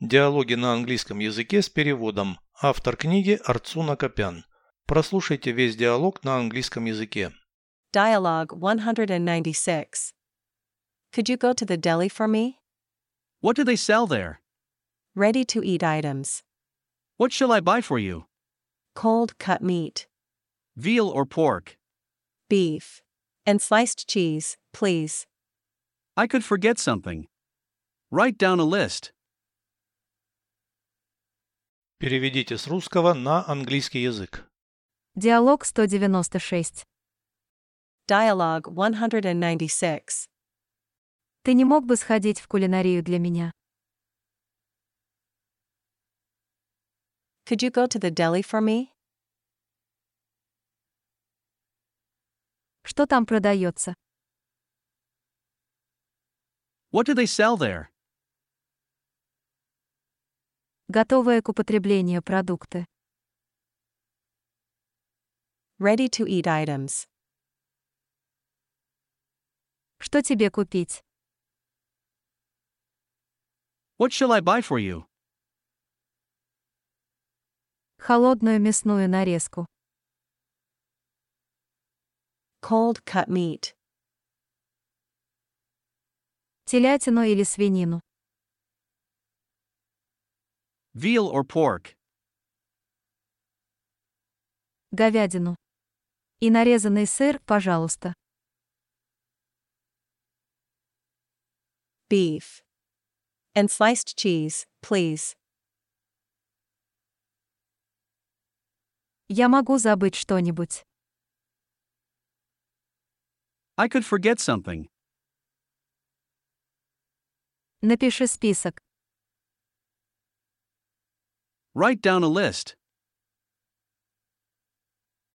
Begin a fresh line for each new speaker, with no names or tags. Диалоги на английском языке с переводом. Автор книги Арцуна Копян. Прослушайте весь диалог на английском языке.
Dialogue 196. Could you go to the deli for me?
What do they sell there?
Ready to eat items.
What shall I buy for you?
Cold cut meat,
Veal or pork?
beef, and sliced cheese, please.
I could forget something. Write down a list.
Переведите с русского на английский язык.
Диалог 196.
Dialogue 196.
Ты не мог бы сходить в кулинарию для меня?
Could you go to the deli for me?
Что там продается?
What do they sell there?
Готовые к употреблению продукты.
Ready to eat items.
Что тебе купить?
What shall I buy for you?
Холодную мясную нарезку.
Cold cut meat,
Телятину или свинину.
Veal or pork?
Говядину. И нарезанный сыр, пожалуйста.
beef, and sliced cheese, please.
Я могу забыть что-нибудь.
I could forget something.
Напиши список.
Write down a list.